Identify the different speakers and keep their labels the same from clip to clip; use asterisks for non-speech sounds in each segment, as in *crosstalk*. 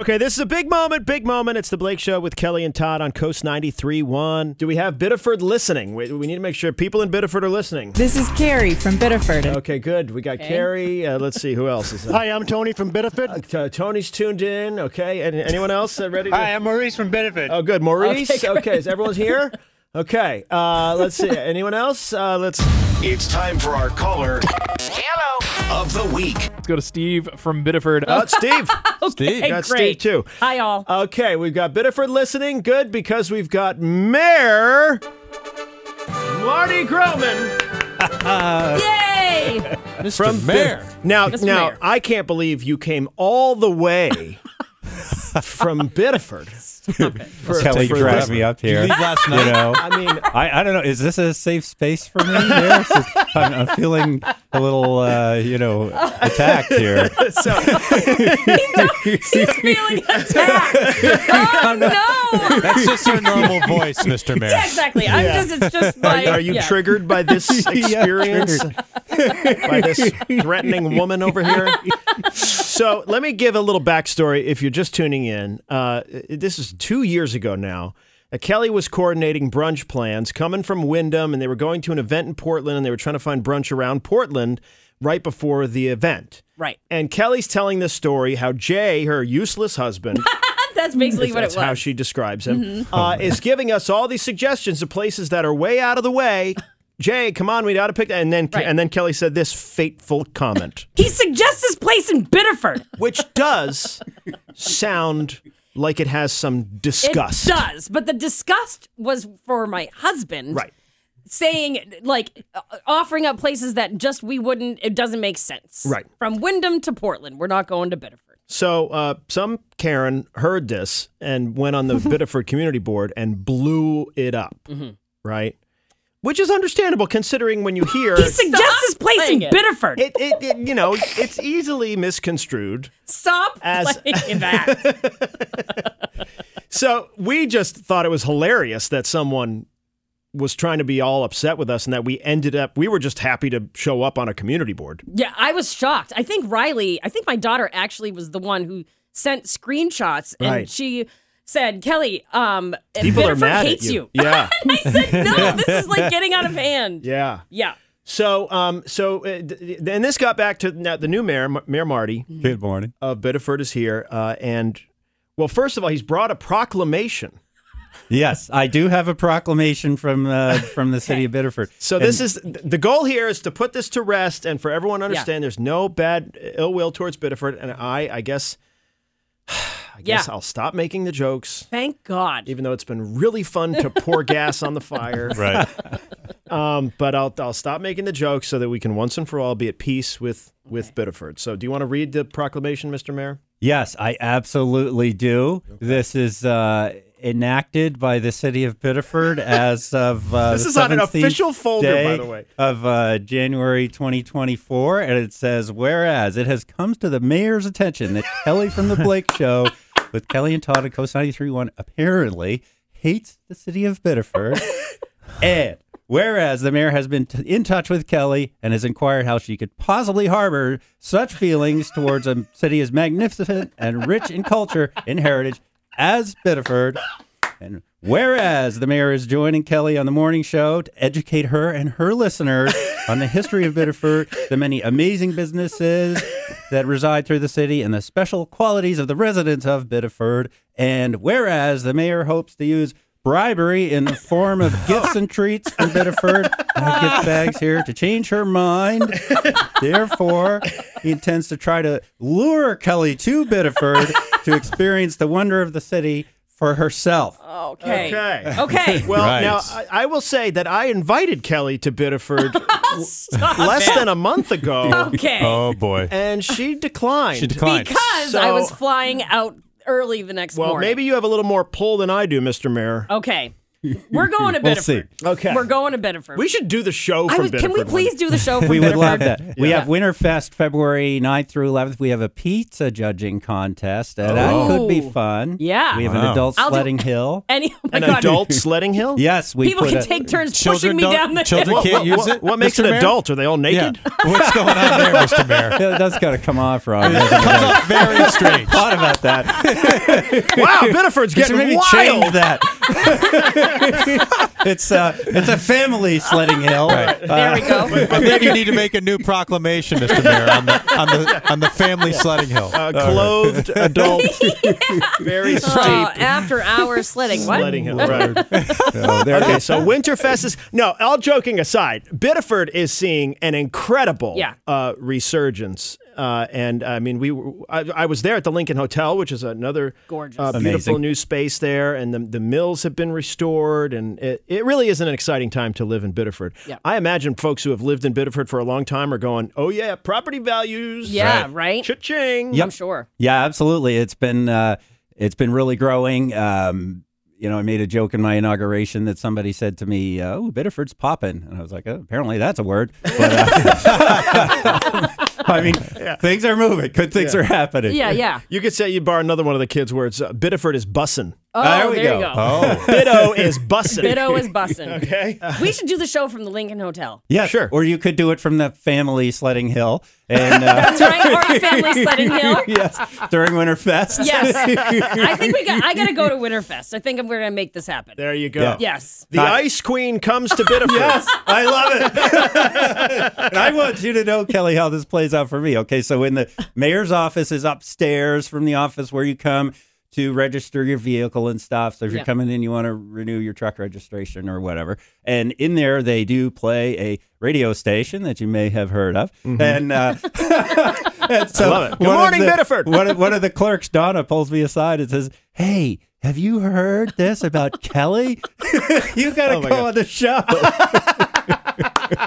Speaker 1: Okay, this is a big moment, big moment. It's the Blake Show with Kelly and Todd on Coast 93.1. Do we have Biddeford listening? We, we need to make sure people in Biddeford are listening.
Speaker 2: This is Carrie from Biddeford.
Speaker 1: Okay, good. We got Carrie. Uh, let's see who else is.
Speaker 3: *laughs*
Speaker 4: Hi, I'm Tony from Benefit.
Speaker 1: Uh, Tony's tuned in. Okay, and anyone else uh, ready? To...
Speaker 4: Hi, I'm Maurice from Benefit.
Speaker 1: Oh, good, Maurice.
Speaker 2: Okay,
Speaker 1: Okay,
Speaker 2: great.
Speaker 1: is everyone here? Okay, uh, let's see. Anyone else? Uh, let's.
Speaker 5: It's time for our caller of the week.
Speaker 6: Let's go to Steve from Biddeford.
Speaker 1: Oh, it's Steve.
Speaker 2: Hey,
Speaker 1: Got Steve
Speaker 2: great.
Speaker 1: too.
Speaker 2: Hi, all.
Speaker 1: Okay, we've got Biddeford listening. Good because we've got Mayor Marty Groman Uh, *laughs*
Speaker 2: Yay!
Speaker 7: Mr.
Speaker 1: from Bid-
Speaker 7: Mayor.
Speaker 1: Now,
Speaker 2: Mr.
Speaker 1: now
Speaker 2: Mayor.
Speaker 1: I can't believe you came all the way from Biddeford. For,
Speaker 3: Kelly
Speaker 1: for
Speaker 3: dragged
Speaker 1: this-
Speaker 3: me up
Speaker 7: Did you
Speaker 3: here.
Speaker 7: leave last
Speaker 3: You
Speaker 7: night?
Speaker 3: know,
Speaker 1: I mean,
Speaker 3: I, I don't know. Is this a safe space for me? Here? It's just- I'm, I'm feeling a little, uh, you know, attacked here.
Speaker 1: so
Speaker 2: He's
Speaker 1: *laughs*
Speaker 2: feeling attacked. Oh no!
Speaker 7: That's just her normal voice, Mr. Mayor.
Speaker 2: Yeah, exactly. I'm just. It's just my.
Speaker 1: Are you
Speaker 2: yeah.
Speaker 1: triggered by this
Speaker 2: *laughs*
Speaker 1: experience? by this threatening woman over here? so let me give a little backstory if you're just tuning in. Uh, this is two years ago now. Uh, Kelly was coordinating brunch plans coming from Wyndham, and they were going to an event in Portland, and they were trying to find brunch around Portland right before the event.
Speaker 2: Right.
Speaker 1: And Kelly's telling this story how Jay, her useless husband,
Speaker 2: That's basically what it
Speaker 1: that's
Speaker 2: was. Mm-hmm.
Speaker 1: how she describes him, uh, is giving us all these suggestions of places that are way out of the
Speaker 2: *laughs*
Speaker 1: way. Jay, come on, we got to pick that. And then,
Speaker 2: Right.
Speaker 1: and then Kelly said this fateful
Speaker 2: *laughs*
Speaker 1: comment,
Speaker 2: he suggests this place in Biddeford. *laughs*
Speaker 1: which does sound like it has some disgust.
Speaker 2: It does, but the disgust was for my husband.
Speaker 1: Right.
Speaker 2: Saying like uh, offering up places that just we wouldn't. It doesn't make sense.
Speaker 1: Right.
Speaker 2: From Wyndham to Portland, we're not going to Biddeford.
Speaker 1: So uh, some Karen heard this and went
Speaker 2: *laughs*
Speaker 1: on the Biddeford Community Board and blew it up,
Speaker 2: Mm-hmm.
Speaker 1: right? Which is understandable considering
Speaker 2: *laughs*
Speaker 1: when you hear
Speaker 2: He suggests this place in
Speaker 8: playing it.
Speaker 2: Biddeford.
Speaker 1: it, it, it, you know, it's easily misconstrued.
Speaker 2: Stop
Speaker 1: As-
Speaker 2: *laughs* playing that.
Speaker 1: So we just thought it was hilarious that someone was trying to be all upset with us and that we ended up, we were just happy to show up on a community board.
Speaker 2: yeah, I was shocked. I think Riley, I think my daughter actually was the one who sent screenshots and
Speaker 1: Right.
Speaker 2: she said, Kelly, um,
Speaker 1: People
Speaker 2: Biddeford
Speaker 1: are mad
Speaker 2: hates
Speaker 1: at
Speaker 2: you.
Speaker 1: you.
Speaker 2: *laughs*
Speaker 1: Yeah.
Speaker 2: no, this is like getting out of hand.
Speaker 1: yeah.
Speaker 2: Yeah.
Speaker 1: So, um, so, uh, th- th- and this got back to now the new mayor, M- Mayor Marty
Speaker 3: *laughs* Good morning.
Speaker 1: of Biddeford is here. Uh, and well, first of all, he's brought a proclamation.
Speaker 3: Yes, I do have a proclamation from uh, from the city of Biddeford.
Speaker 1: So this is the goal here is to put this to rest and for everyone to
Speaker 2: Yeah.
Speaker 1: understand there's no bad ill will towards Biddeford. And I, I guess, *sighs* I guess
Speaker 2: Yeah.
Speaker 1: I'll stop making the jokes.
Speaker 2: Thank God.
Speaker 1: even though it's been really fun to pour gas on the fire.
Speaker 7: *laughs* Right.
Speaker 1: Um, but I'll, I'll stop making the jokes so that we can once and for all be at peace with, with Biddeford. So, do you want to read the proclamation, Mr. Mayor?
Speaker 3: Yes, I absolutely do. This is uh, enacted by the city
Speaker 1: *laughs*
Speaker 3: of Biddeford as of uh,
Speaker 1: This
Speaker 3: the
Speaker 1: is on an
Speaker 3: 17th
Speaker 1: official folder, by
Speaker 3: day
Speaker 1: the way.
Speaker 3: of uh, January 2024, and it says, "Whereas it has come to the mayor's attention
Speaker 1: *laughs*
Speaker 3: that Kelly from the Blake Show, with Kelly and Todd at Coast 93.1, apparently hates the city of Biddeford." And whereas the mayor has been t- in touch with Kelly and has inquired how she could possibly harbor such feelings towards a city as magnificent and rich in culture and heritage as Biddeford, and whereas the mayor is joining Kelly on the morning show to educate her and her listeners on the history of Biddeford, the many amazing businesses that reside through the city, and the special qualities of the residents of Biddeford. And whereas the mayor hopes to use bribery in the form of gifts and treats from Biddeford, I have gift bags here to change her mind. Therefore, he intends to try to lure Kelly to Biddeford to experience the wonder of the city for herself.
Speaker 2: Okay.
Speaker 1: Okay.
Speaker 2: Okay.
Speaker 1: *laughs* Well,
Speaker 7: Right.
Speaker 1: now I, I will say that I invited Kelly to Biddeford
Speaker 2: *laughs* Stop
Speaker 1: less
Speaker 2: it.
Speaker 1: than a month ago,
Speaker 2: Okay.
Speaker 7: Oh
Speaker 3: *laughs*
Speaker 7: boy.
Speaker 1: and she declined.
Speaker 7: She declined.
Speaker 2: because I
Speaker 1: So-
Speaker 2: was flying out early the next
Speaker 1: well,
Speaker 2: morning. Oh.
Speaker 1: maybe you have a little more pull than I do, Mr. Mayor.
Speaker 2: Okay. We're going to
Speaker 3: We'll
Speaker 2: Bedford.
Speaker 1: Okay.
Speaker 2: We're going to Bedford.
Speaker 1: We should do the show from
Speaker 2: I was,
Speaker 1: Bedford.
Speaker 2: can we
Speaker 1: one-
Speaker 2: please do the show from
Speaker 3: we would
Speaker 2: Bedford?
Speaker 3: love that. We have Winterfest February 9th through 11th. We have a pizza judging contest. and That could be
Speaker 2: Oh.
Speaker 3: fun.
Speaker 2: Yeah.
Speaker 3: We have an
Speaker 7: Wow.
Speaker 3: adult
Speaker 2: I'll do- *laughs*
Speaker 3: sledding hill.
Speaker 2: Any, oh my
Speaker 1: An
Speaker 2: God.
Speaker 1: adult sledding hill?
Speaker 3: Yes, we
Speaker 2: People
Speaker 3: put
Speaker 2: can
Speaker 3: a- *laughs*
Speaker 2: take turns pushing
Speaker 7: Children
Speaker 2: me
Speaker 7: don't-
Speaker 2: down the
Speaker 7: children
Speaker 1: *laughs*
Speaker 2: hill.
Speaker 7: can't
Speaker 1: What,
Speaker 7: use
Speaker 1: what-
Speaker 7: it.
Speaker 1: what makes
Speaker 7: Mr.
Speaker 1: an
Speaker 7: Mayor?
Speaker 1: adult? Are they all
Speaker 7: Yeah.
Speaker 3: *laughs*
Speaker 1: naked?
Speaker 7: What's going on there, Mr. Mayor?
Speaker 3: Yeah, that's got to come off wrong. doesn't it?
Speaker 7: Comes off
Speaker 3: *laughs*
Speaker 7: very strange.
Speaker 3: thought about
Speaker 7: *laughs*
Speaker 3: that.
Speaker 1: Wow, Bedford's
Speaker 3: Should
Speaker 1: getting
Speaker 3: maybe
Speaker 1: wild.
Speaker 3: change that. *laughs* it's uh, it's a family sledding hill. Uh,
Speaker 2: There
Speaker 1: *laughs*
Speaker 2: we go.
Speaker 7: But then you need to make a new proclamation, Mr. Mayor, on the on the on the
Speaker 3: *laughs*
Speaker 7: family sledding hill.
Speaker 1: A clothed adult, *laughs* very steep
Speaker 2: Oh, after hours sledding. What?
Speaker 1: sledding hill. Right.
Speaker 3: Oh, there
Speaker 1: Okay, so Winterfest is no. All joking aside, Biddeford is seeing an incredible
Speaker 2: Yeah.
Speaker 1: uh, resurgence, uh, and I mean, we were- I, I was there at the Lincoln Hotel, which is another
Speaker 2: Gorgeous.
Speaker 1: uh, beautiful new space there, and the the mills have been restored, and it, it really is an exciting time to live in Biddeford.
Speaker 2: Yeah.
Speaker 1: I imagine folks who have lived in Biddeford for a long time are going, "Oh yeah, property values,
Speaker 2: Yeah, Right. right?
Speaker 1: Cha-ching.
Speaker 2: I'm sure.
Speaker 3: Yeah, absolutely. It's been uh, it's been really growing. Um, you know, I made a joke in my inauguration that somebody said to me, uh, "Oh, Biddeford's popping," and I was like, oh, "Apparently, that's a word." But, uh, *laughs* I mean, things are moving. Good things are happening.
Speaker 2: Yeah, yeah.
Speaker 1: You could say you borrow another one of the kids' words. Uh, Biddeford is bussin'. Uh,
Speaker 2: Oh,
Speaker 3: There
Speaker 2: there,
Speaker 3: we go.
Speaker 2: you go.
Speaker 7: Oh,
Speaker 1: Biddo is bussin'.
Speaker 2: Ditto is bussing.
Speaker 1: *laughs* Okay.
Speaker 2: We should do the show from the Lincoln Hotel.
Speaker 3: Yeah,
Speaker 1: Sure.
Speaker 3: Or you could do it from the family sledding hill, and uh,
Speaker 2: That's right. Or a
Speaker 1: *laughs*
Speaker 2: family sledding hill.
Speaker 3: yes, during Winterfest.
Speaker 2: Yes. I think we got I gotta go to Winterfest. I think I'm gonna make this happen.
Speaker 1: There you go.
Speaker 3: Yeah.
Speaker 2: Yes.
Speaker 1: The Ice Queen comes to
Speaker 2: *laughs*
Speaker 1: Biddeford.
Speaker 3: Yes, I love it. *laughs* and I want you to know, Kelly, how this plays out for me. Okay, so in the mayor's office is upstairs from the office where you come to register your vehicle and stuff. So if
Speaker 2: Yeah.
Speaker 3: you're coming in, you want to renew your truck registration or whatever. And in there, they do play a radio station that you may have heard of. And, uh, *laughs* and so,
Speaker 1: Mm-hmm. love it. Good
Speaker 3: one of
Speaker 1: morning,
Speaker 3: the-
Speaker 1: Biddeford.
Speaker 3: One of, one of the clerks, Donna, pulls me aside and says, "Hey." Have you heard this about Kelly? *laughs* you gotta
Speaker 1: Oh
Speaker 3: go on the show.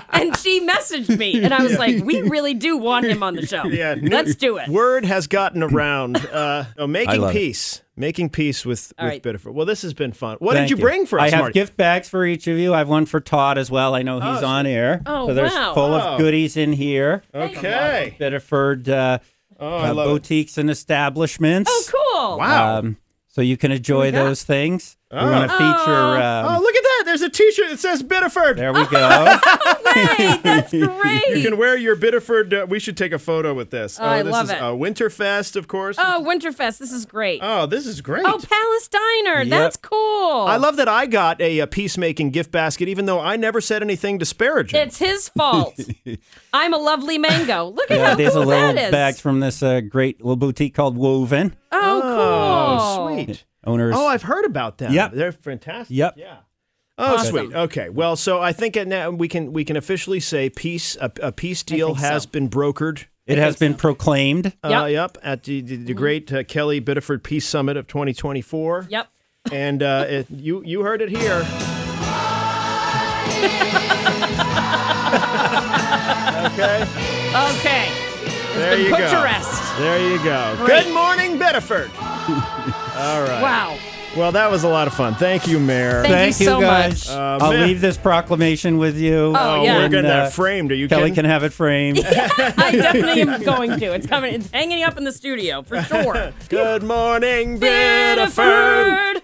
Speaker 2: And she messaged me and I was like, We really do want him on the show.
Speaker 1: Yeah.
Speaker 2: Let's do it.
Speaker 1: Word has gotten around. Uh, oh, making
Speaker 3: love it.
Speaker 1: peace. Making peace with,
Speaker 2: All
Speaker 1: with
Speaker 2: right.
Speaker 1: Biddeford. Well, this has been fun. What
Speaker 3: Thank
Speaker 1: did you, bring for us,
Speaker 3: I have
Speaker 1: Marty?
Speaker 3: gift bags for each of you. I have one for Todd as well. I know he's on air.
Speaker 2: Oh,
Speaker 3: so there's
Speaker 2: wow.
Speaker 3: full
Speaker 1: Oh.
Speaker 3: of goodies in here.
Speaker 1: okay.
Speaker 3: Biddeford uh, uh,
Speaker 1: Oh, love it.
Speaker 3: boutiques and establishments.
Speaker 2: Oh cool.
Speaker 1: Wow.
Speaker 3: Um, so you can enjoy those things. We want to feature.
Speaker 1: oh, Oh,
Speaker 3: Um,
Speaker 1: look at that. There's a T-shirt that says Biddeford.
Speaker 3: there
Speaker 1: *laughs*
Speaker 3: we go.
Speaker 2: Wait, that's
Speaker 1: You
Speaker 2: great.
Speaker 1: can wear your Biddeford. Uh, we should take a photo with this.
Speaker 2: Oh, I
Speaker 1: this
Speaker 2: love
Speaker 1: is,
Speaker 2: it.
Speaker 1: Uh, Winterfest, of course.
Speaker 2: Oh, Winterfest, this is great.
Speaker 1: Oh, this is great.
Speaker 2: Oh, Palace Diner. That's cool.
Speaker 3: Oh.
Speaker 1: I love that I got a, uh peacemaking gift basket, even though I never said anything disparaging.
Speaker 2: It's his fault. I'm a lovely mango. Look at
Speaker 3: yeah,
Speaker 2: how
Speaker 3: these
Speaker 2: cool
Speaker 3: are little
Speaker 2: that is.
Speaker 3: bags from this uh, great little boutique called Woven.
Speaker 2: oh, cool.
Speaker 1: oh, sweet.
Speaker 3: Owners.
Speaker 1: Oh, I've heard about them.
Speaker 3: Yep.
Speaker 1: They're fantastic.
Speaker 3: Yep.
Speaker 1: Yeah. Oh, sweet. Okay. Well, so I think it now we can we can officially say peace a, a peace deal
Speaker 2: think so.
Speaker 1: has been brokered.
Speaker 3: it has been proclaimed.
Speaker 1: Uh, yep. At the, the,
Speaker 2: Mm-hmm.
Speaker 1: the great uh, Kelly Biddeford Peace Summit of 2024.
Speaker 2: Yep.
Speaker 1: And uh, it, you you heard it here.
Speaker 2: *laughs*
Speaker 1: okay.
Speaker 2: Okay.
Speaker 1: There you
Speaker 2: Put
Speaker 1: go.
Speaker 2: to rest.
Speaker 1: There you go.
Speaker 2: Great.
Speaker 1: Good morning, Biddeford.
Speaker 2: Wow. *laughs*
Speaker 1: Well, that was a lot of fun. Thank you, Mayor.
Speaker 2: Thank you so
Speaker 3: guys.
Speaker 2: much.
Speaker 1: Uh,
Speaker 3: I'll
Speaker 1: man.
Speaker 3: leave this proclamation with you.
Speaker 2: Oh, yeah.
Speaker 1: We're
Speaker 2: And,
Speaker 1: getting
Speaker 3: uh,
Speaker 1: that framed. Are you
Speaker 3: Kelly
Speaker 1: kidding?
Speaker 3: can have it
Speaker 1: *laughs*
Speaker 3: framed.
Speaker 2: I definitely am going
Speaker 1: *laughs*
Speaker 2: to. It's coming. It's hanging up in the studio for sure.
Speaker 1: Good morning, Biddeford.